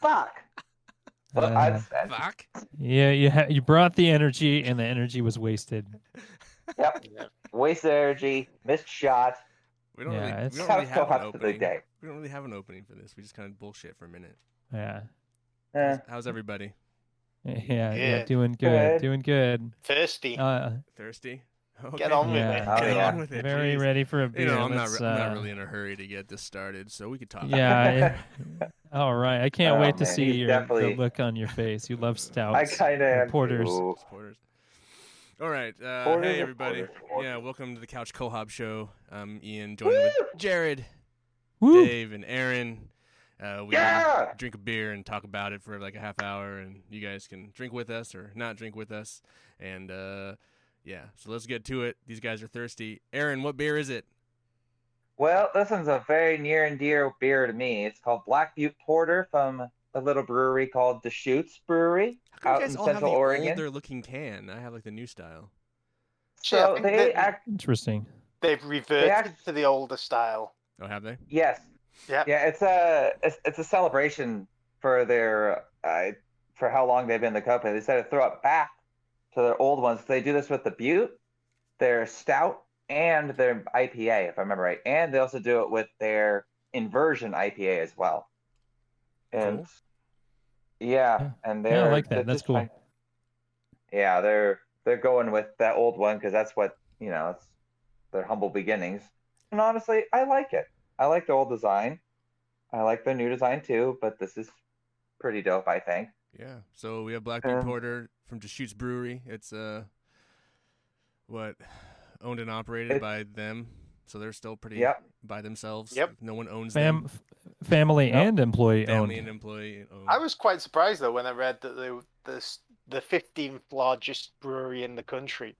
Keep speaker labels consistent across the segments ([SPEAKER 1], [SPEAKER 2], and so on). [SPEAKER 1] Fuck. Well, I
[SPEAKER 2] Uh,
[SPEAKER 1] said.
[SPEAKER 3] Fuck.
[SPEAKER 2] yeah, you ha- you brought the energy, and the energy was wasted.
[SPEAKER 1] Yep. Wasted energy. Missed shot.
[SPEAKER 3] We don't
[SPEAKER 2] Yeah,
[SPEAKER 3] really,
[SPEAKER 2] it's-
[SPEAKER 3] we don't
[SPEAKER 1] Kind
[SPEAKER 3] really
[SPEAKER 1] of still
[SPEAKER 3] have an
[SPEAKER 1] hot to the
[SPEAKER 3] opening.
[SPEAKER 1] day.
[SPEAKER 3] We don't really have an opening for this. We just kind of bullshit for a minute.
[SPEAKER 2] Yeah,
[SPEAKER 1] Eh.
[SPEAKER 3] How's everybody?
[SPEAKER 2] yeah, yeah.
[SPEAKER 4] Good.
[SPEAKER 2] Doing good,
[SPEAKER 1] Good.
[SPEAKER 2] doing good.
[SPEAKER 4] Thirsty.
[SPEAKER 2] Uh,
[SPEAKER 3] Thirsty? Okay.
[SPEAKER 4] Get on with
[SPEAKER 2] yeah.
[SPEAKER 4] it.
[SPEAKER 1] Oh,
[SPEAKER 3] Get
[SPEAKER 1] yeah.
[SPEAKER 3] on with it.
[SPEAKER 2] very
[SPEAKER 3] jeez.
[SPEAKER 2] ready for a beer.
[SPEAKER 3] You know, I'm not,
[SPEAKER 2] Let's,
[SPEAKER 3] re- I'm
[SPEAKER 2] uh,
[SPEAKER 3] not really in a hurry to get this started, so we could talk.
[SPEAKER 2] Yeah. I- all right. I can't
[SPEAKER 1] Oh,
[SPEAKER 2] wait to
[SPEAKER 1] man,
[SPEAKER 2] see
[SPEAKER 1] he's
[SPEAKER 2] your
[SPEAKER 1] definitely-
[SPEAKER 2] the look on your face. You love
[SPEAKER 3] Oh,
[SPEAKER 2] stouts.
[SPEAKER 1] I kind of
[SPEAKER 2] Reporters.
[SPEAKER 3] It's Porters. All right. Uh,
[SPEAKER 1] Porters
[SPEAKER 3] hey,
[SPEAKER 1] or
[SPEAKER 3] everybody.
[SPEAKER 1] porters? Porters.
[SPEAKER 3] Yeah, welcome to the Couch Cohob Show. I'm Ian, joined with Jared,
[SPEAKER 2] Woo!
[SPEAKER 3] Dave, and Aaron. Uh, we
[SPEAKER 1] Yeah!
[SPEAKER 3] drink a beer and talk about it for like a half hour, and you guys can drink with us or not drink with us. And uh, yeah, so let's get to it. These guys are thirsty. Aaron, what beer is it?
[SPEAKER 1] Well, this one's a very near and dear beer to me. It's called Black Butte Porter from a little brewery called Deschutes Brewery
[SPEAKER 3] How come
[SPEAKER 1] out
[SPEAKER 3] you guys
[SPEAKER 1] in
[SPEAKER 3] all
[SPEAKER 1] Central
[SPEAKER 3] have the
[SPEAKER 1] Oregon.
[SPEAKER 3] older looking can? I have like the new style.
[SPEAKER 4] See, I
[SPEAKER 1] So
[SPEAKER 4] think
[SPEAKER 1] they
[SPEAKER 4] that
[SPEAKER 1] act
[SPEAKER 2] Interesting.
[SPEAKER 4] They've reverted
[SPEAKER 1] act-
[SPEAKER 4] to the older style.
[SPEAKER 3] Oh, have they?
[SPEAKER 1] yes.
[SPEAKER 4] Yep.
[SPEAKER 1] Yeah, it's a it's, it's a celebration for their uh, for how long they've been the company. They decided to throw it back to their old ones. They do this with the Butte, their stout, and their IPA, if I remember right. And they also do it with their inversion IPA as well. And
[SPEAKER 3] Cool.
[SPEAKER 1] yeah,
[SPEAKER 2] Yeah.
[SPEAKER 1] and they're
[SPEAKER 2] Yeah, I like that.
[SPEAKER 1] they're
[SPEAKER 2] That's
[SPEAKER 1] just
[SPEAKER 2] cool.
[SPEAKER 1] trying- yeah, they're they're going with that old one because that's what you know. It's their humble beginnings, and honestly, I like it. I like the old design. I like the new design too, but this is pretty dope. I think.
[SPEAKER 3] Yeah. So we have Black Dude
[SPEAKER 1] Um,
[SPEAKER 3] Porter from Deschutes Brewery. It's uh, what owned and operated
[SPEAKER 1] It-
[SPEAKER 3] by them, so they're still pretty
[SPEAKER 1] Yep.
[SPEAKER 3] by themselves.
[SPEAKER 4] Yep.
[SPEAKER 3] No one owns
[SPEAKER 2] Fam,
[SPEAKER 3] them.
[SPEAKER 2] f- family
[SPEAKER 1] Yep.
[SPEAKER 2] and employee
[SPEAKER 3] Family and
[SPEAKER 2] owned.
[SPEAKER 3] employee. Oh, Owned.
[SPEAKER 4] I was quite surprised though when I read that they were the s- the 15th largest brewery in the country.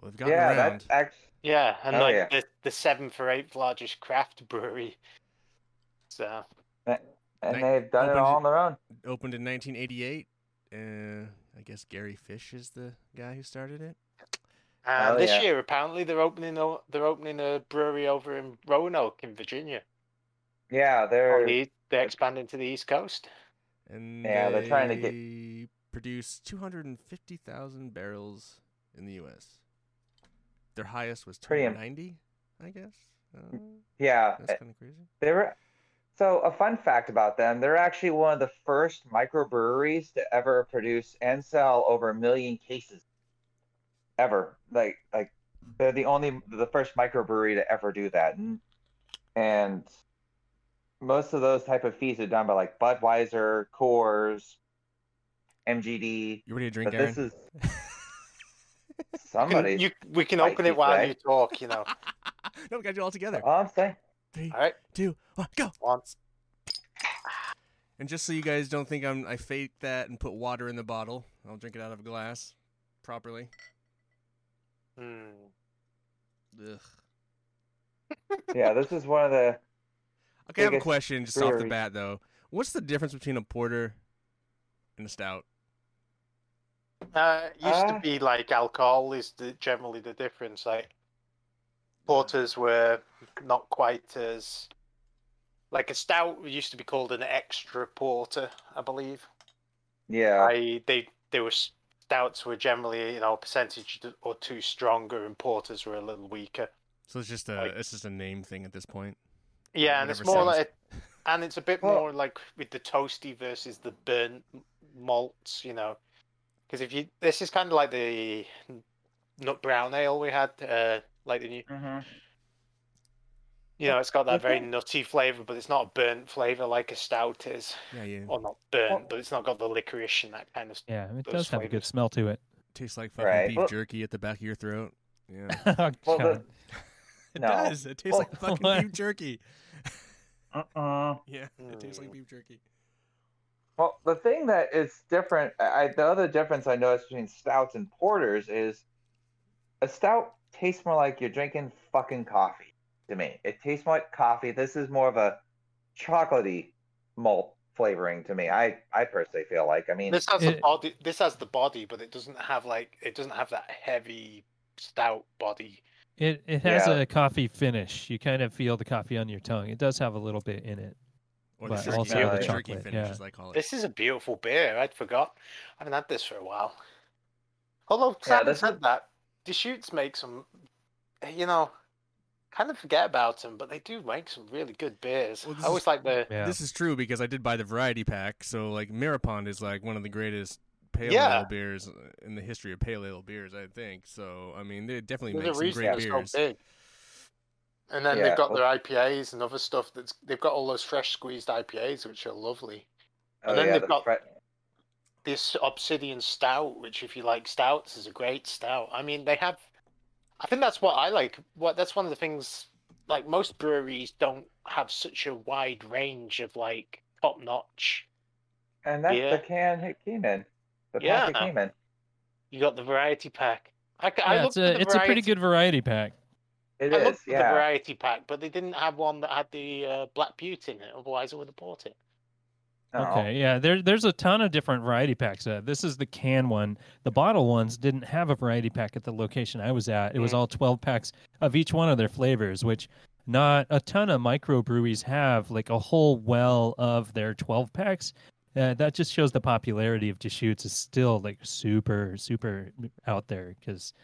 [SPEAKER 3] Well, they've gotten
[SPEAKER 1] yeah,
[SPEAKER 3] around.
[SPEAKER 1] that's actually
[SPEAKER 4] Yeah, and
[SPEAKER 1] Oh,
[SPEAKER 4] like
[SPEAKER 1] yeah.
[SPEAKER 4] the the seventh or eighth largest craft brewery. So uh,
[SPEAKER 1] and
[SPEAKER 3] Nice.
[SPEAKER 1] they've done it
[SPEAKER 3] Opens
[SPEAKER 1] all
[SPEAKER 3] it-
[SPEAKER 1] on their own.
[SPEAKER 3] Opened in 1988. Uh, I guess Gary Fish is the guy who started it.
[SPEAKER 4] and
[SPEAKER 1] Oh,
[SPEAKER 4] this
[SPEAKER 1] yeah.
[SPEAKER 4] year apparently they're opening o- they're opening a brewery over in Roanoke in Virginia.
[SPEAKER 1] Yeah,
[SPEAKER 4] On
[SPEAKER 1] they're
[SPEAKER 4] the, e- they're expanding to the East Coast.
[SPEAKER 3] And
[SPEAKER 1] Yeah, they're trying to get-
[SPEAKER 3] they produce 250,000 barrels in the U.S. Their highest was
[SPEAKER 1] Pretty im- Mm,
[SPEAKER 3] 290, I guess. Uh,
[SPEAKER 1] yeah.
[SPEAKER 3] That's kind of crazy.
[SPEAKER 1] They were so a fun fact about them, they're actually one of the first microbreweries to ever produce and sell over a million cases. Ever. Like like they're the only the first microbrewery to ever do that. And, and most of those type of fees are done by like Budweiser, Coors, MGD.
[SPEAKER 3] You ready to drink,
[SPEAKER 1] But
[SPEAKER 3] Aaron?
[SPEAKER 1] this is
[SPEAKER 4] You can-
[SPEAKER 1] somebody.
[SPEAKER 4] you, we can open it
[SPEAKER 1] spicy,
[SPEAKER 4] while
[SPEAKER 1] right?
[SPEAKER 4] you talk. You know,
[SPEAKER 3] no, we got to do it all together.
[SPEAKER 1] All I'm saying.
[SPEAKER 3] Three,
[SPEAKER 4] all right,
[SPEAKER 3] two, one, go.
[SPEAKER 4] once.
[SPEAKER 3] And just so you guys don't think I'm, I faked that and put water in the bottle, I'll drink it out of a glass properly.
[SPEAKER 4] Hmm.
[SPEAKER 3] Ugh.
[SPEAKER 1] Yeah, this is one of the
[SPEAKER 3] Okay, I have a
[SPEAKER 1] Biggest
[SPEAKER 3] question just off the
[SPEAKER 1] brewery.
[SPEAKER 3] bat though. What's the difference between a porter and a stout?
[SPEAKER 4] Uh, it used
[SPEAKER 1] Uh,
[SPEAKER 4] to be like alcohol is the, generally the difference. Like porters were not quite as like a stout used to be called an extra porter, I believe.
[SPEAKER 1] yeah.
[SPEAKER 4] I they they were s- stouts were generally you know a percentage or two stronger, and porters were a little weaker.
[SPEAKER 3] So it's just a
[SPEAKER 4] Like-
[SPEAKER 3] it's just a name thing at this point.
[SPEAKER 4] Yeah, and it's
[SPEAKER 3] Whatever
[SPEAKER 4] more
[SPEAKER 3] sounds-
[SPEAKER 4] like and it's a bit
[SPEAKER 1] Well-
[SPEAKER 4] more like with the toasty versus the burnt m- malts, you know. Because if you this is kind of like the nut brown ale we had, uh, like the new,
[SPEAKER 1] Mhm.
[SPEAKER 4] you know, it's got that very
[SPEAKER 1] Okay.
[SPEAKER 4] nutty flavor, but it's not a burnt flavor like a stout is,
[SPEAKER 3] Yeah, yeah.
[SPEAKER 4] or not burnt, but it's not got the licorice and that kind of.
[SPEAKER 2] Yeah, it
[SPEAKER 4] Those
[SPEAKER 2] does have a good
[SPEAKER 4] flavors.
[SPEAKER 2] smell to it.
[SPEAKER 3] Tastes like fucking
[SPEAKER 1] Right.
[SPEAKER 3] beef
[SPEAKER 1] Well-
[SPEAKER 3] jerky at the back of your throat. Yeah.
[SPEAKER 2] Oh,
[SPEAKER 1] Well,
[SPEAKER 2] God.
[SPEAKER 1] the,
[SPEAKER 3] It
[SPEAKER 1] No.
[SPEAKER 3] does. It tastes like
[SPEAKER 2] Well,
[SPEAKER 3] fucking beef jerky.
[SPEAKER 1] uh-uh.
[SPEAKER 3] Yeah, it tastes like
[SPEAKER 4] Mm.
[SPEAKER 3] beef jerky.
[SPEAKER 1] Well, the thing that is different, I, the other difference I noticed between stouts and porters is a stout tastes more like you're drinking fucking coffee to me. It tastes more like coffee. This is more of a chocolatey malt flavoring to me. I, I personally feel like. I mean,
[SPEAKER 4] This has the
[SPEAKER 2] It-
[SPEAKER 4] body. This has the body, but it doesn't have like it doesn't have that heavy stout body.
[SPEAKER 2] It it has
[SPEAKER 1] Yeah.
[SPEAKER 2] a coffee finish. You kind of feel the coffee on your tongue. It does have a little bit in it.
[SPEAKER 3] Or the
[SPEAKER 2] But
[SPEAKER 3] jerky,
[SPEAKER 1] also
[SPEAKER 3] the
[SPEAKER 1] the
[SPEAKER 3] jerky
[SPEAKER 2] chocolate,
[SPEAKER 3] finish,
[SPEAKER 2] yeah.
[SPEAKER 3] as I call it.
[SPEAKER 4] This is a beautiful beer. I'd forgot. I haven't had this for a while. Although
[SPEAKER 1] Yeah,
[SPEAKER 4] Sam
[SPEAKER 1] this
[SPEAKER 4] said that, Deschutes make some, you know, kind of forget about them, but they do make some really good beers.
[SPEAKER 3] Well, this
[SPEAKER 4] I always
[SPEAKER 3] is-
[SPEAKER 4] like the
[SPEAKER 2] Yeah.
[SPEAKER 3] This is true because I did buy the variety pack. So like Mirapond is like one of the greatest pale
[SPEAKER 4] Yeah.
[SPEAKER 3] ale beers in the history of pale ale beers, I think. So I mean, they definitely
[SPEAKER 4] there's a
[SPEAKER 3] make some
[SPEAKER 4] reason
[SPEAKER 3] great
[SPEAKER 4] it's so
[SPEAKER 3] beers.
[SPEAKER 4] big. And then
[SPEAKER 1] Yeah,
[SPEAKER 4] they've got
[SPEAKER 1] well-
[SPEAKER 4] their IPAs and other stuff. That's they've got all those fresh squeezed IPAs, which are lovely.
[SPEAKER 1] Oh,
[SPEAKER 4] And then
[SPEAKER 1] yeah,
[SPEAKER 4] they've
[SPEAKER 1] the
[SPEAKER 4] got-
[SPEAKER 1] fre-
[SPEAKER 4] This Obsidian Stout, which if you like stouts, is a great stout. I mean, they have. I think that's what I like. What that's one of the things. Like most breweries don't have such a wide range of like top notch.
[SPEAKER 1] and that's
[SPEAKER 4] Yeah.
[SPEAKER 1] the can it came in. The
[SPEAKER 4] Yeah.
[SPEAKER 1] pack it came in.
[SPEAKER 4] You got the variety pack. I, c- I
[SPEAKER 2] Yeah, it's
[SPEAKER 4] looked at
[SPEAKER 2] a,
[SPEAKER 4] the
[SPEAKER 2] it's a pretty
[SPEAKER 4] variety-
[SPEAKER 2] good variety pack.
[SPEAKER 1] It
[SPEAKER 4] I
[SPEAKER 1] is,
[SPEAKER 4] looked for the
[SPEAKER 1] yeah.
[SPEAKER 4] variety pack, but they didn't have one that had the uh, Black Beauty in it. Otherwise, I would have bought it.
[SPEAKER 1] No.
[SPEAKER 2] Okay, yeah. There, there's a ton of different variety packs. Uh, this is the can one. The bottle ones didn't have a variety pack at the location I was at. It was
[SPEAKER 4] Mm.
[SPEAKER 2] all 12 packs of each one of their flavors, which not a ton of microbreweries have like a whole well of their 12 packs. Uh, that just shows the popularity of Deschutes is still like super, super out there because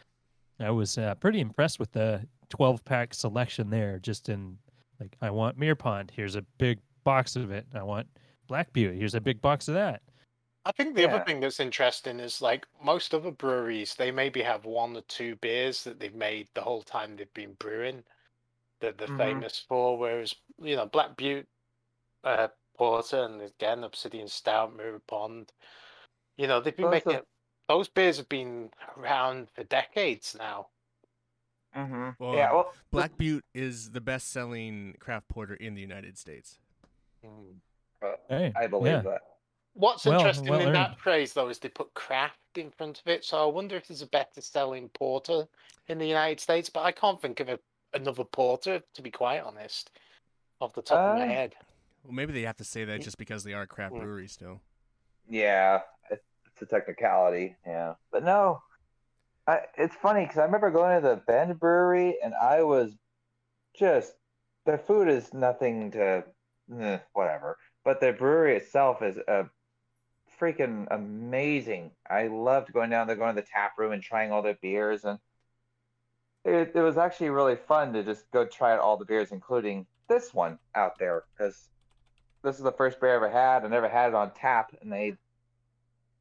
[SPEAKER 2] I was uh, pretty impressed with the 12 pack selection there. Just in like, I want Meerpond. Here's a big box of it. I want Black Beauty. Here's a big box of that.
[SPEAKER 4] I think the
[SPEAKER 1] Yeah.
[SPEAKER 4] other thing that's interesting is like most other breweries, they maybe have one or two beers that they've made the whole time they've been brewing that they're
[SPEAKER 1] Mhm.
[SPEAKER 4] famous for. Whereas, you know, Black Butte uh, Porter and again Obsidian Stout, Mirror Pond, you know, they've been
[SPEAKER 1] Those
[SPEAKER 4] making
[SPEAKER 1] are-
[SPEAKER 4] it, those beers have been around for decades now.
[SPEAKER 1] Mhm.
[SPEAKER 3] Well,
[SPEAKER 1] yeah, well,
[SPEAKER 3] Black Butte is the best-selling craft porter in the United States.
[SPEAKER 1] Hmm.
[SPEAKER 2] Hey,
[SPEAKER 1] I believe
[SPEAKER 2] yeah.
[SPEAKER 1] that.
[SPEAKER 4] What's
[SPEAKER 2] Well-
[SPEAKER 4] interesting
[SPEAKER 2] well
[SPEAKER 4] in
[SPEAKER 2] earned.
[SPEAKER 4] that phrase though is they put craft in front of it. So I wonder if there's a better selling porter in the United States, but I can't think of a, another porter to be quite honest, off the top of my
[SPEAKER 1] Uh,
[SPEAKER 4] head.
[SPEAKER 3] Well, maybe they have to say that just because they are a craft
[SPEAKER 1] Hmm.
[SPEAKER 4] Mm.
[SPEAKER 3] brewery still.
[SPEAKER 1] Yeah, it's it's a technicality. Yeah, but no, I, it's funny because I remember going to the Bend Brewery and I was just their food is nothing to eh, whatever, but their brewery itself is a freaking amazing. I loved going down there, going to the tap room and trying all their beers, and it it was actually really fun to just go try all the beers, including this one out there because this is the first beer I ever had. I never had it on tap, and they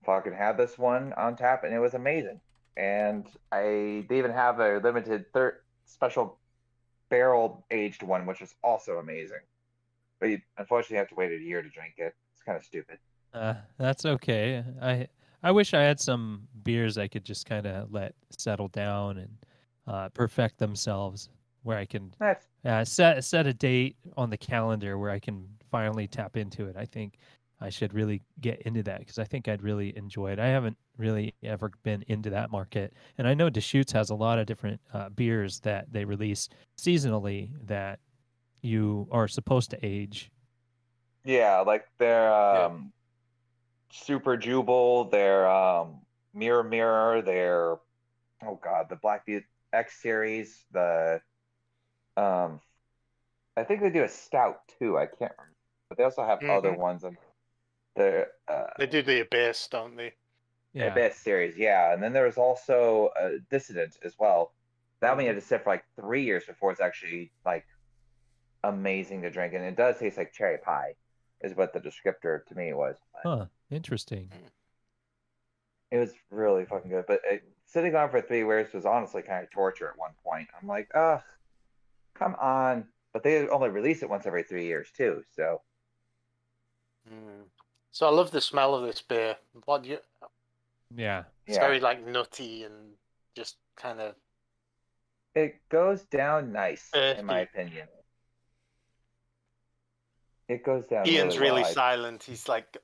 [SPEAKER 1] fucking had this one on tap, and it was amazing. And I they even have a limited third special barrel aged one, which is also amazing. But you unfortunately have to wait a year to drink it. It's kind of stupid.
[SPEAKER 2] Uh, that's okay. I I wish I had some beers I could just kind of let settle down and uh, perfect themselves, where I can
[SPEAKER 1] That's
[SPEAKER 2] uh, set set a date on the calendar where I can finally tap into it. I think I should really get into that because I think I'd really enjoy it. I haven't really ever been into that market, and I know Deschutes has a lot of different uh, beers that they release seasonally that you are supposed to age.
[SPEAKER 1] yeah, like their
[SPEAKER 4] Yeah.
[SPEAKER 1] um, Super Jubal, their um, Mirror Mirror, their oh god, the Black Beauty X series, the um, I think they do a stout too. I can't remember, but they also have other
[SPEAKER 4] Mhm.
[SPEAKER 1] ones. And their uh,
[SPEAKER 4] They do the abyss, don't they?
[SPEAKER 2] Yeah.
[SPEAKER 1] Abyss series, yeah, and then there was also uh, Dissident as well. That one you had to sit for like three years before it's actually like amazing to drink, and it does taste like cherry pie, is what the descriptor to me was. But-
[SPEAKER 2] Huh. Interesting.
[SPEAKER 1] it was really fucking good. But it, sitting on for three years was honestly kind of torture at one point. I'm like, ugh, come on. But they only release it once every three years too. So
[SPEAKER 4] Hmm. So I love the smell of this beer. What do you?
[SPEAKER 2] Yeah.
[SPEAKER 4] It's
[SPEAKER 1] yeah,
[SPEAKER 4] very like nutty and just kind of.
[SPEAKER 1] it goes down nice in
[SPEAKER 4] Earthy.
[SPEAKER 1] my opinion. It goes down.
[SPEAKER 4] Ian's really
[SPEAKER 1] well. I-
[SPEAKER 4] silent. He's like,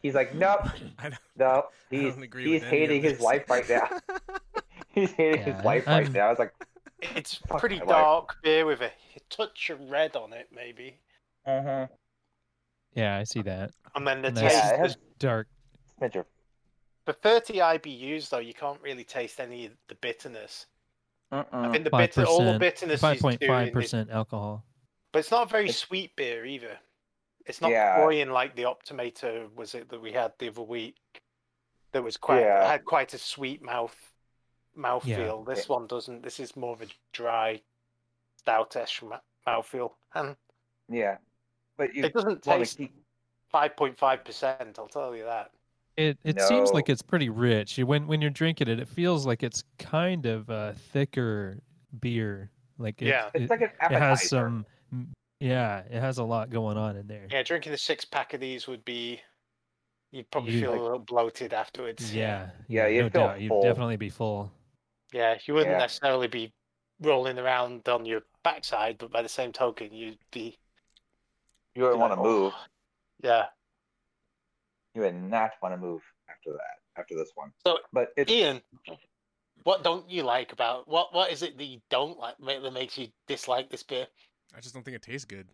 [SPEAKER 1] He's like, nope,
[SPEAKER 3] I don't,
[SPEAKER 1] nope.
[SPEAKER 3] I
[SPEAKER 1] He's
[SPEAKER 3] don't agree
[SPEAKER 1] he's
[SPEAKER 3] with any of
[SPEAKER 1] hating his
[SPEAKER 3] this.
[SPEAKER 1] life right now. He's hating
[SPEAKER 2] Yeah,
[SPEAKER 1] his life right
[SPEAKER 2] I'm-
[SPEAKER 1] now. I was like,
[SPEAKER 4] it's
[SPEAKER 1] Fuck
[SPEAKER 4] pretty
[SPEAKER 1] my life.
[SPEAKER 4] dark beer with a touch of red on it, maybe.
[SPEAKER 1] uh-huh.
[SPEAKER 2] Yeah, I see that.
[SPEAKER 4] And then the
[SPEAKER 2] Nice.
[SPEAKER 4] taste
[SPEAKER 1] yeah, it
[SPEAKER 4] is
[SPEAKER 1] has
[SPEAKER 2] Dark.
[SPEAKER 1] Spencer
[SPEAKER 4] For 30 IBUs, though, you can't really taste any of the bitterness. I
[SPEAKER 1] Oh,
[SPEAKER 4] think the bitter, all the
[SPEAKER 2] 5%,
[SPEAKER 4] bitterness is doing is-
[SPEAKER 2] 5.5% alcohol.
[SPEAKER 4] But it's not a very
[SPEAKER 1] It's-
[SPEAKER 4] sweet beer either. It's not
[SPEAKER 1] Yeah.
[SPEAKER 4] cloying like the Optimator was it that we had the other week. That was quite
[SPEAKER 1] Yeah.
[SPEAKER 4] had quite a sweet mouth mouthfeel. This one doesn't. This is more of a dry, stoutish ma- mouthfeel, and
[SPEAKER 1] Yeah, but you
[SPEAKER 4] it doesn't
[SPEAKER 1] want
[SPEAKER 4] taste
[SPEAKER 1] to keep.
[SPEAKER 4] five point five percent. I'll tell you that.
[SPEAKER 2] It it seems like
[SPEAKER 1] No.
[SPEAKER 2] it's pretty rich. You- When when you're drinking it, it feels like it's kind of a thicker beer. Like it,
[SPEAKER 4] Yeah.
[SPEAKER 2] it,
[SPEAKER 1] It's like an
[SPEAKER 2] it
[SPEAKER 1] appetizer.
[SPEAKER 2] has some. m- Yeah, it has a lot going on in there.
[SPEAKER 4] Yeah, drinking a six pack of these would be. You'd probably
[SPEAKER 2] You-
[SPEAKER 4] feel a little bloated afterwards.
[SPEAKER 2] Yeah,
[SPEAKER 1] Yeah, you'd
[SPEAKER 2] no
[SPEAKER 1] feel
[SPEAKER 2] doubt. You'd
[SPEAKER 1] full.
[SPEAKER 2] definitely be full.
[SPEAKER 4] Yeah, you wouldn't
[SPEAKER 1] Yeah.
[SPEAKER 4] necessarily be rolling around on your backside, but by the same token, you'd be
[SPEAKER 1] You wouldn't want to
[SPEAKER 4] like, oh.
[SPEAKER 1] move.
[SPEAKER 4] yeah.
[SPEAKER 1] You would not want to move after that. After this one.
[SPEAKER 4] So,
[SPEAKER 1] but it's
[SPEAKER 4] Ian, what don't you like about what? What is it that you don't like ma- that makes you dislike this beer?
[SPEAKER 3] I just don't think it tastes good.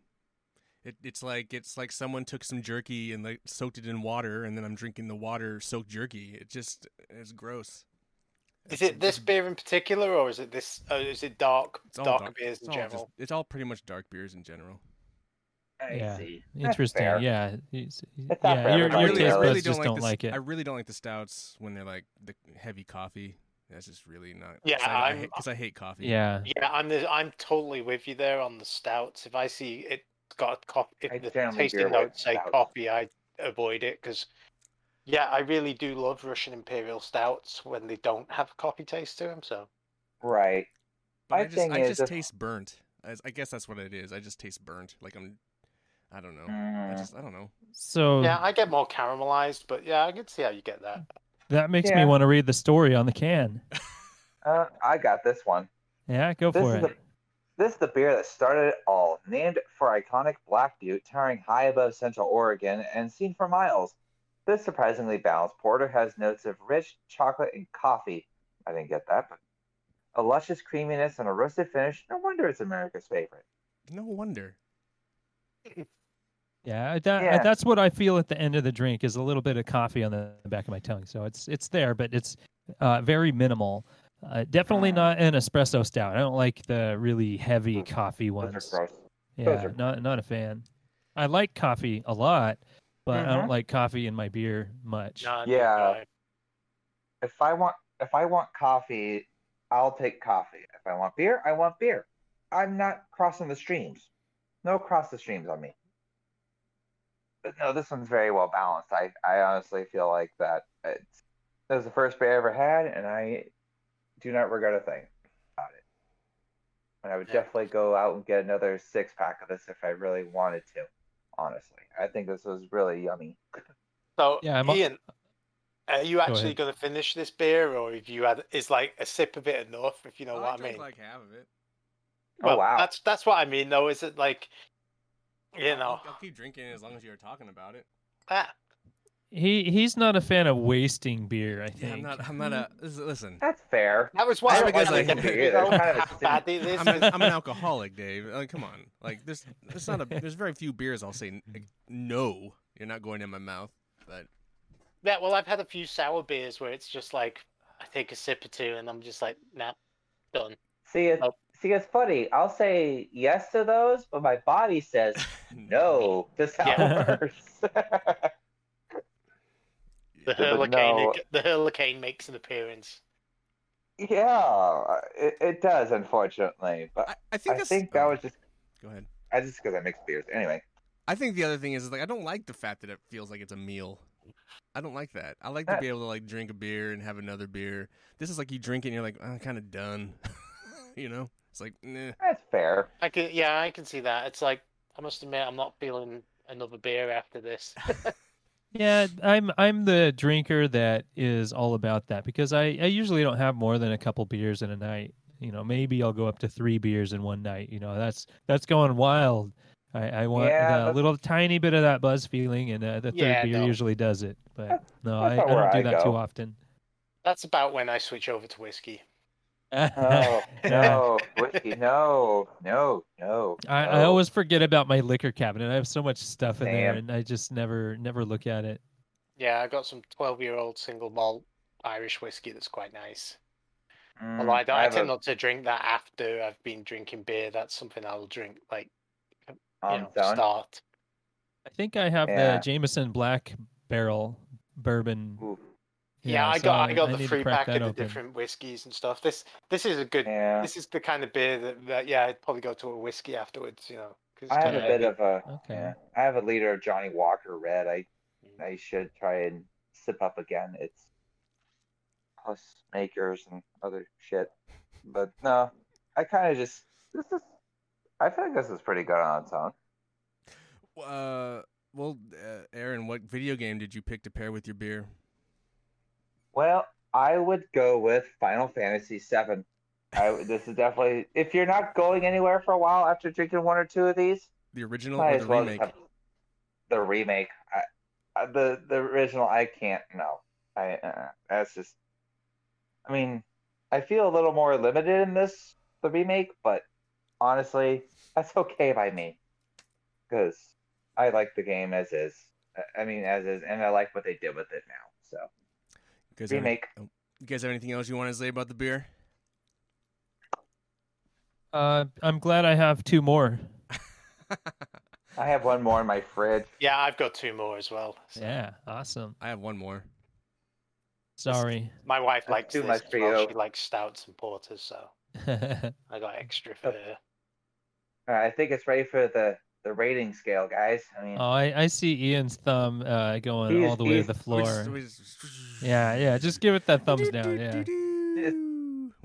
[SPEAKER 3] It, it's like it's like someone took some jerky and like soaked it in water, and then I'm drinking the water soaked jerky. It just it's gross.
[SPEAKER 4] Is
[SPEAKER 3] It's-
[SPEAKER 4] it this
[SPEAKER 3] it's-
[SPEAKER 4] beer in particular, or is it this? Or is it dark,
[SPEAKER 3] It's all
[SPEAKER 4] darker
[SPEAKER 3] dark.
[SPEAKER 4] beers
[SPEAKER 3] It's
[SPEAKER 4] in
[SPEAKER 3] all just-
[SPEAKER 4] general?
[SPEAKER 3] it's all pretty much dark beers in general.
[SPEAKER 1] I
[SPEAKER 2] Yeah.
[SPEAKER 1] see. That's
[SPEAKER 2] Interesting.
[SPEAKER 1] fair.
[SPEAKER 2] Yeah, it's-
[SPEAKER 1] It's not for
[SPEAKER 2] yeah. Your,
[SPEAKER 1] everybody,
[SPEAKER 2] your
[SPEAKER 1] really.
[SPEAKER 2] taste
[SPEAKER 1] I
[SPEAKER 2] buds
[SPEAKER 1] really
[SPEAKER 2] just don't
[SPEAKER 3] the,
[SPEAKER 2] like
[SPEAKER 3] s-
[SPEAKER 2] it.
[SPEAKER 3] I really don't like the stouts when they're like the heavy coffee. That's just really not.
[SPEAKER 4] Yeah, I'm-
[SPEAKER 3] because I, hate coffee.
[SPEAKER 2] yeah,
[SPEAKER 4] Yeah, I'm the, I'm totally with you there on the stouts. If I see it got a coffee,
[SPEAKER 1] I
[SPEAKER 4] if the
[SPEAKER 1] generally beer
[SPEAKER 4] tasting
[SPEAKER 1] with
[SPEAKER 4] notes say
[SPEAKER 1] stouts.
[SPEAKER 4] coffee, I avoid it because, yeah, I really do love Russian imperial stouts when they don't have a coffee taste to them. So
[SPEAKER 1] Right.
[SPEAKER 3] But
[SPEAKER 1] My
[SPEAKER 3] I just,
[SPEAKER 1] thing
[SPEAKER 3] I
[SPEAKER 1] is
[SPEAKER 3] just
[SPEAKER 1] if-
[SPEAKER 3] taste burnt. I, I guess that's what it is. I just taste burnt. Like I'm, I don't know. I
[SPEAKER 1] Mm.
[SPEAKER 3] just I don't know.
[SPEAKER 2] So
[SPEAKER 4] yeah, I get more caramelized, but yeah, I can see how you get that.
[SPEAKER 2] Hmm. that makes me
[SPEAKER 1] Yeah.
[SPEAKER 2] want to read the story on the can.
[SPEAKER 1] Uh, I got this one.
[SPEAKER 2] Yeah, go
[SPEAKER 1] This is
[SPEAKER 2] for it.
[SPEAKER 1] the this is the beer that started it all, named for iconic Black Butte towering high above central Oregon and seen for miles. This surprisingly balanced porter has notes of rich chocolate and coffee. I didn't get that, but a luscious creaminess and a roasted finish. No wonder it's America's favorite.
[SPEAKER 3] No wonder.
[SPEAKER 2] Yeah, that,
[SPEAKER 1] Yeah.
[SPEAKER 2] that's what I feel at the end of the drink is a little bit of coffee on the back of my tongue. So it's it's there, but it's uh, very minimal. Uh, definitely
[SPEAKER 1] Mm.
[SPEAKER 2] not an espresso stout. I don't like the really heavy
[SPEAKER 1] Mm.
[SPEAKER 2] coffee
[SPEAKER 1] Those
[SPEAKER 2] ones.
[SPEAKER 1] are gross.
[SPEAKER 2] Yeah,
[SPEAKER 1] are
[SPEAKER 2] not not a fan. I like coffee a lot, but I don't
[SPEAKER 1] Mhm.
[SPEAKER 2] like coffee in my beer much.
[SPEAKER 4] No, no,
[SPEAKER 1] Yeah.
[SPEAKER 4] no.
[SPEAKER 1] If I want if I want coffee, I'll take coffee. If I want beer, I want beer. I'm not crossing the streams. No cross the streams on me. But no, this one's very well balanced. I, I honestly feel like that it's that was the first beer I ever had and I do not regret a thing about it. And I would
[SPEAKER 4] Yeah.
[SPEAKER 1] definitely go out and get another six pack of this if I really wanted to, honestly. I think this was really yummy.
[SPEAKER 4] So
[SPEAKER 2] Yeah, I'm a-
[SPEAKER 4] Ian, are you
[SPEAKER 2] ahead.
[SPEAKER 4] actually going to finish this beer, or have you had is like a sip of it enough? If you know
[SPEAKER 3] Oh, I
[SPEAKER 4] what I
[SPEAKER 3] drank
[SPEAKER 4] mean.
[SPEAKER 3] like half of it.
[SPEAKER 1] Oh, wow.
[SPEAKER 4] That's that's what I mean though. Is it like, you know,
[SPEAKER 3] I'll, I'll keep drinking it as long as you're talking about it.
[SPEAKER 4] ah,
[SPEAKER 2] He he's not a fan of wasting beer. I think.
[SPEAKER 3] Yeah, I'm not. I'm not a. this- Listen,
[SPEAKER 1] That's fair.
[SPEAKER 4] that was why I
[SPEAKER 3] That's
[SPEAKER 4] was
[SPEAKER 3] because I
[SPEAKER 4] like,
[SPEAKER 3] hate
[SPEAKER 1] beer. That's kind of a
[SPEAKER 4] how
[SPEAKER 1] sin.
[SPEAKER 4] bad it is.
[SPEAKER 3] I'm, an- I'm an alcoholic, Dave. Like, come on. Like, there's there's not a there's very few beers I'll say like, no. You're not going in my mouth. But
[SPEAKER 4] Yeah, well, I've had a few sour beers where it's just like I take a sip or two and I'm just like, nah, done.
[SPEAKER 1] See, it's,
[SPEAKER 4] Nope.
[SPEAKER 1] see, it's funny. I'll say yes to those, but my body says no. This how
[SPEAKER 2] Yeah.
[SPEAKER 1] it works.
[SPEAKER 4] The
[SPEAKER 1] Yeah, but
[SPEAKER 4] hurricane,
[SPEAKER 1] no.
[SPEAKER 4] the hurricane makes an appearance.
[SPEAKER 1] yeah, it, it does, unfortunately. But
[SPEAKER 3] I, I
[SPEAKER 1] I
[SPEAKER 3] think
[SPEAKER 1] think,
[SPEAKER 3] that's,
[SPEAKER 1] that
[SPEAKER 3] oh,
[SPEAKER 1] was just
[SPEAKER 3] Go ahead.
[SPEAKER 1] I just because I mix beers anyway.
[SPEAKER 3] I think the other thing is, is like I don't like the fact that it feels like it's a meal. I don't like that. I like to
[SPEAKER 1] Yeah.
[SPEAKER 3] be able to like drink a beer and have another beer. This is like you drink it and you're like, I'm kind of done. you know, it's like, nah.
[SPEAKER 1] That's fair.
[SPEAKER 4] I can, yeah, I can see that. It's like I must admit, I'm not feeling another beer after this.
[SPEAKER 2] Yeah, I'm I'm the drinker that is all about that because I, I usually don't have more than a couple beers in a night. You know, maybe I'll go up to three beers in one night. You know, that's that's going wild. I, I want
[SPEAKER 1] Yeah,
[SPEAKER 2] a
[SPEAKER 1] that's-
[SPEAKER 2] little tiny bit of that buzz feeling, and uh, the third
[SPEAKER 4] Yeah,
[SPEAKER 2] beer
[SPEAKER 4] no.
[SPEAKER 2] usually does it. But
[SPEAKER 1] That's-
[SPEAKER 2] no, I,
[SPEAKER 1] that's
[SPEAKER 2] I
[SPEAKER 1] not where
[SPEAKER 2] don't do
[SPEAKER 1] I
[SPEAKER 2] that too
[SPEAKER 1] go.
[SPEAKER 2] often.
[SPEAKER 4] That's about when I switch over to whiskey.
[SPEAKER 1] Oh
[SPEAKER 2] Yeah.
[SPEAKER 1] no, whiskey, no, no, no.
[SPEAKER 2] I, I
[SPEAKER 1] no.
[SPEAKER 2] always forget about my liquor cabinet. I have so much stuff in there,
[SPEAKER 1] Damn.
[SPEAKER 2] and I just never never look at it.
[SPEAKER 4] Yeah, I got some 12 year old single malt Irish whiskey that's quite nice.
[SPEAKER 1] Mm,
[SPEAKER 4] Although I, don't, I,
[SPEAKER 1] have
[SPEAKER 4] tend
[SPEAKER 1] a-
[SPEAKER 4] not to drink that after I've been drinking beer. That's something I'll drink like you
[SPEAKER 1] on
[SPEAKER 4] know
[SPEAKER 1] its own.
[SPEAKER 4] start.
[SPEAKER 2] I think I have
[SPEAKER 1] Yeah.
[SPEAKER 2] the Jameson Black Barrel Bourbon.
[SPEAKER 1] Ooh,
[SPEAKER 4] Yeah, I got I
[SPEAKER 2] so
[SPEAKER 4] got
[SPEAKER 2] need
[SPEAKER 4] the
[SPEAKER 2] to
[SPEAKER 4] free
[SPEAKER 2] crack
[SPEAKER 4] pack
[SPEAKER 2] that
[SPEAKER 4] of the
[SPEAKER 2] open.
[SPEAKER 4] different whiskeys and stuff. This this is a good.
[SPEAKER 1] yeah.
[SPEAKER 4] This is the kind of beer that, that yeah, I'd probably go to a whiskey afterwards. You know, 'cause it's
[SPEAKER 1] I have
[SPEAKER 4] kinda
[SPEAKER 1] a bit
[SPEAKER 4] heavy.
[SPEAKER 1] of a
[SPEAKER 2] Okay.
[SPEAKER 1] yeah. I have a liter of Johnny Walker Red. I I should try and sip up again. It's plus makers and other shit, but no, I kind of just this is. I feel like this is pretty good on its own.
[SPEAKER 3] Uh, well, uh, Aaron, what video game did you pick to pair with your beer?
[SPEAKER 1] Well, I would go with Final Fantasy VII. I, this is definitely if you're not going anywhere for a while after drinking one or two of these,
[SPEAKER 3] The original
[SPEAKER 1] might
[SPEAKER 3] or
[SPEAKER 1] as
[SPEAKER 3] the
[SPEAKER 1] well
[SPEAKER 3] remake?
[SPEAKER 1] just have the remake. I, I, the the original, I can't. No, I uh, that's just. I mean, I feel a little more limited in this the remake, but honestly, that's okay by me, because I like the game as is. I- I mean, as is, and I like what they did with it now. So
[SPEAKER 3] You guys, have, any-
[SPEAKER 1] remake.
[SPEAKER 3] you guys have anything else you want to say about the beer?
[SPEAKER 2] Uh, I'm glad I have two more.
[SPEAKER 1] I have one more in my fridge.
[SPEAKER 4] Yeah, I've got two more as well. so-
[SPEAKER 2] Yeah, awesome.
[SPEAKER 3] I have one more.
[SPEAKER 2] Sorry.
[SPEAKER 4] My wife
[SPEAKER 1] That's
[SPEAKER 4] likes
[SPEAKER 1] too
[SPEAKER 4] this
[SPEAKER 1] much
[SPEAKER 4] as
[SPEAKER 1] for
[SPEAKER 4] well.
[SPEAKER 1] you.
[SPEAKER 4] She likes stouts and porters, so
[SPEAKER 2] All
[SPEAKER 4] I got extra
[SPEAKER 1] Oh.
[SPEAKER 4] for her.
[SPEAKER 1] All right, Uh, I think it's ready for the the rating scale, guys. I mean,
[SPEAKER 2] Oh, I, I see Ian's thumb uh, going
[SPEAKER 1] He's-
[SPEAKER 2] all the way to
[SPEAKER 1] he's-
[SPEAKER 2] the
[SPEAKER 3] We
[SPEAKER 2] floor.
[SPEAKER 3] just- we just-
[SPEAKER 2] Yeah, yeah. Just give it that thumbs down. Yeah.
[SPEAKER 3] What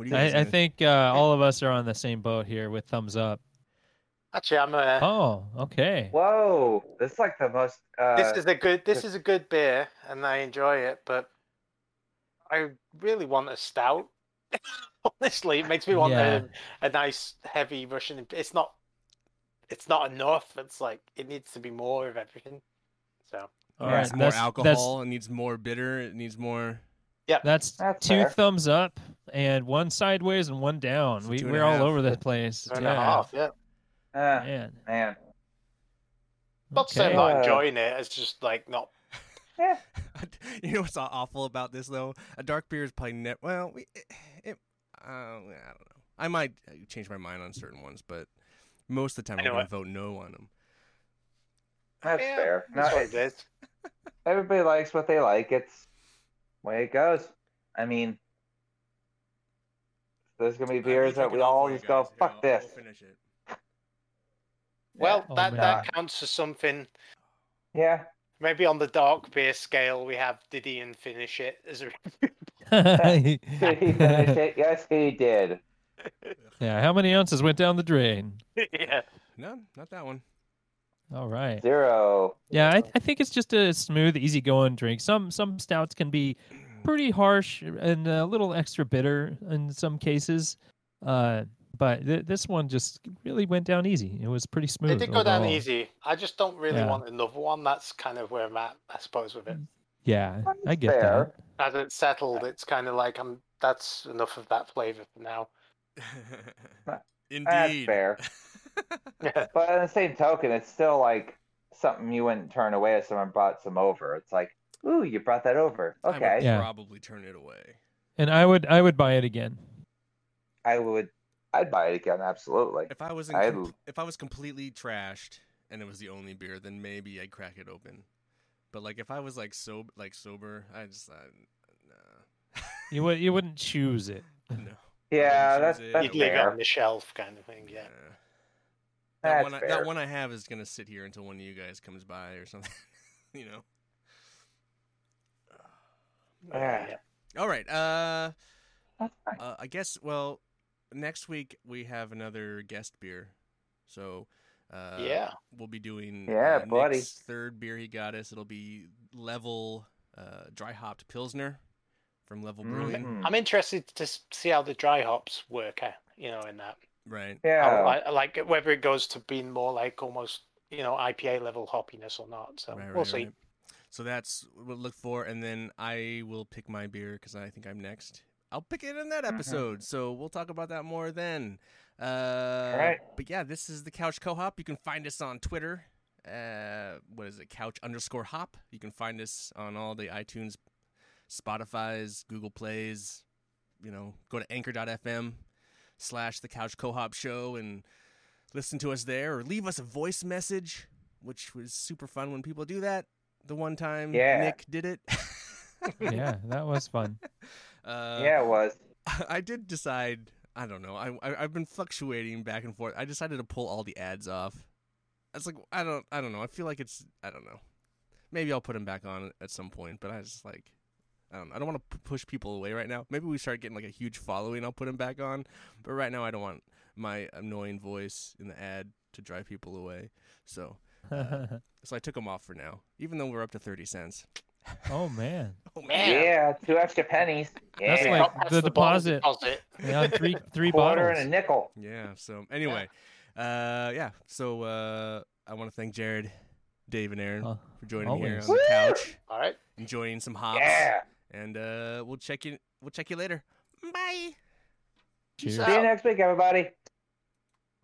[SPEAKER 3] do you guys
[SPEAKER 2] I, I
[SPEAKER 3] think?
[SPEAKER 2] think uh, all of us are on the same boat here with thumbs up.
[SPEAKER 4] Actually, I'm a.
[SPEAKER 2] Oh, okay.
[SPEAKER 1] whoa, this is like the most. Uh,
[SPEAKER 4] this is a good. This is a good beer, and I enjoy it. But I really want a stout. Honestly, it makes me want
[SPEAKER 2] Yeah.
[SPEAKER 4] a, a nice heavy Russian. It's not. It's not enough. It's like it needs to be more of everything. So
[SPEAKER 2] All
[SPEAKER 3] it
[SPEAKER 2] right.
[SPEAKER 3] needs more
[SPEAKER 2] that's-
[SPEAKER 3] alcohol. It needs more bitter. It needs more.
[SPEAKER 2] That's,
[SPEAKER 1] That's
[SPEAKER 2] two
[SPEAKER 1] fair.
[SPEAKER 2] thumbs up and one sideways and one down.
[SPEAKER 3] It's
[SPEAKER 2] We
[SPEAKER 3] two and
[SPEAKER 2] we're
[SPEAKER 3] a
[SPEAKER 2] all
[SPEAKER 3] half.
[SPEAKER 2] over the place.
[SPEAKER 4] two and
[SPEAKER 2] yeah.
[SPEAKER 4] a half. Yeah.
[SPEAKER 1] uh,
[SPEAKER 2] Man.
[SPEAKER 1] man.
[SPEAKER 4] Not saying
[SPEAKER 2] okay.
[SPEAKER 4] I'm not
[SPEAKER 1] Uh,
[SPEAKER 4] enjoying it. It's just like not.
[SPEAKER 3] you know what's aw- awful about this though? A dark beer is probably net. Well, we, it, it, uh, I don't know. I might uh, change my mind on certain ones, but most of the time
[SPEAKER 4] I
[SPEAKER 3] I'm
[SPEAKER 4] know
[SPEAKER 3] gonna
[SPEAKER 4] what-
[SPEAKER 3] vote no on them.
[SPEAKER 1] That's
[SPEAKER 4] Yeah,
[SPEAKER 1] fair. No,
[SPEAKER 4] That's what
[SPEAKER 1] it-
[SPEAKER 4] it is.
[SPEAKER 1] everybody likes what they like. It's the way it goes. I mean, there's gonna be beers that we all just go, "Fuck this."
[SPEAKER 3] finish it.
[SPEAKER 4] Well,
[SPEAKER 2] Oh,
[SPEAKER 4] that
[SPEAKER 2] man.
[SPEAKER 4] that counts as something.
[SPEAKER 1] Yeah,
[SPEAKER 4] Maybe on the dark beer scale, we have did Ian finish it as a
[SPEAKER 1] did he finish it? Yes, he did.
[SPEAKER 2] yeah. How many ounces went down the drain?
[SPEAKER 4] yeah.
[SPEAKER 3] No, not that one.
[SPEAKER 2] All right.
[SPEAKER 1] Zero.
[SPEAKER 2] Yeah, I, I think it's just a smooth, easygoing drink. Some some stouts can be pretty harsh and a little extra bitter in some cases, uh, but th- this one just really went down easy. It was pretty smooth.
[SPEAKER 4] It did go down
[SPEAKER 2] overall.
[SPEAKER 4] easy. I just don't really
[SPEAKER 2] Yeah. Mm.
[SPEAKER 4] want another one. That's kind of where I'm at, I suppose, with it.
[SPEAKER 2] Yeah,
[SPEAKER 1] That's
[SPEAKER 2] I get
[SPEAKER 1] fair.
[SPEAKER 4] As it's settled, it's kind of like I'm. That's enough of that flavor for now.
[SPEAKER 3] Indeed.
[SPEAKER 1] fair.
[SPEAKER 4] Yeah.
[SPEAKER 1] But on the same token, it's still like something you wouldn't turn away if someone brought some over. It's like, ooh, you brought that over.
[SPEAKER 3] I would
[SPEAKER 1] Okay,
[SPEAKER 2] Yeah.
[SPEAKER 3] probably turn it away.
[SPEAKER 2] that. And I would I would buy it again.
[SPEAKER 1] I would. I'd buy it again. Absolutely.
[SPEAKER 3] If I was in
[SPEAKER 1] I-
[SPEAKER 3] com- if I was completely trashed and it was the only beer, then maybe I'd crack it open. But like if I was like sober, like sober, I just uh, nah.
[SPEAKER 2] You would you wouldn't choose it.
[SPEAKER 3] no.
[SPEAKER 1] Yeah,
[SPEAKER 3] choose
[SPEAKER 1] that's
[SPEAKER 3] it.
[SPEAKER 1] that's
[SPEAKER 4] You'd leave it on
[SPEAKER 1] fair.
[SPEAKER 4] the shelf, kind of thing. Yeah.
[SPEAKER 3] That
[SPEAKER 1] That's
[SPEAKER 3] one, I,
[SPEAKER 1] fair.
[SPEAKER 3] that one I have is gonna sit here until one of you guys comes by or something, you know.
[SPEAKER 1] Yeah.
[SPEAKER 3] All right. Uh,
[SPEAKER 1] That's fine.
[SPEAKER 3] uh, I guess. Well, next week we have another guest beer, so uh,
[SPEAKER 4] Yeah.
[SPEAKER 3] we'll be doing
[SPEAKER 1] Yeah,
[SPEAKER 3] uh,
[SPEAKER 1] buddy.
[SPEAKER 3] Nick's third beer he got us. It'll be level uh, dry hopped pilsner from Level Brewing,
[SPEAKER 1] Mhm.
[SPEAKER 4] I'm interested to s- see how the dry hops work. uh, You know, in that,
[SPEAKER 3] right?
[SPEAKER 1] Yeah.
[SPEAKER 4] How- I, I like whether it goes to being more like almost you know IPA level hoppiness or not. So
[SPEAKER 3] Right,
[SPEAKER 4] we'll
[SPEAKER 3] right,
[SPEAKER 4] see.
[SPEAKER 3] right. So that's what we'll look for, and then I will pick my beer because I think I'm next. I'll pick it in that
[SPEAKER 4] Mm-hmm.
[SPEAKER 1] Mhm.
[SPEAKER 3] episode, so we'll talk about that more then. Uh,
[SPEAKER 1] right.
[SPEAKER 3] But yeah, this is the Couch Co-op. You can find us on Twitter. Uh, what is it? Couch underscore hop. You can find us on all the iTunes, Spotify's, Google Plays. You know, go to anchor.fm slash the Couch Co-op show and listen to us there or leave us a voice message. which was super fun when people do that. The one time
[SPEAKER 1] Yeah.
[SPEAKER 3] Nick did it.
[SPEAKER 2] yeah, that was fun.
[SPEAKER 3] Uh,
[SPEAKER 1] yeah, it was.
[SPEAKER 3] I did decide. I don't know. I, I I've been fluctuating back and forth. I decided to pull all the ads off. I was like, I don't, I don't know. I feel like it's, I don't know. Maybe I'll put them back on at some point. But I was just like, I don't know. I don't want to p- push people away right now. Maybe we start getting like a huge following. I'll put them back on. But right now, I don't want my annoying voice in the ad to drive people away. So, so I took them off for now. Even though we're up to thirty cents.
[SPEAKER 2] oh man,
[SPEAKER 3] Oh
[SPEAKER 4] Yeah.
[SPEAKER 1] Yeah, two extra pennies. Yeah.
[SPEAKER 2] That's like
[SPEAKER 4] Not past
[SPEAKER 2] the
[SPEAKER 4] bottle
[SPEAKER 2] deposit.
[SPEAKER 4] deposit.
[SPEAKER 2] yeah, three three
[SPEAKER 1] quarter
[SPEAKER 2] bottles.
[SPEAKER 1] and a nickel.
[SPEAKER 3] Yeah. So anyway, uh, yeah. So uh, I want to thank Jared, Dave, and Aaron
[SPEAKER 2] Oh,
[SPEAKER 3] for joining here
[SPEAKER 2] always.
[SPEAKER 3] on the
[SPEAKER 1] Woo!
[SPEAKER 3] couch,
[SPEAKER 4] All right.
[SPEAKER 3] enjoying some hops,
[SPEAKER 1] Yeah.
[SPEAKER 3] and uh, we'll check in. We'll check you later. Bye.
[SPEAKER 2] cheers.
[SPEAKER 1] See you next week, everybody.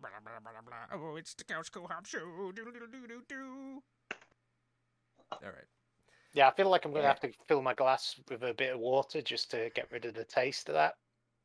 [SPEAKER 3] Blah, blah, blah, blah, blah. Oh, it's the couch co hop show. Do, do, do, do, do. All right.
[SPEAKER 4] Yeah, I feel like I'm going to
[SPEAKER 1] Yeah.
[SPEAKER 4] have to fill my glass with a bit of water just to get rid of the taste of that.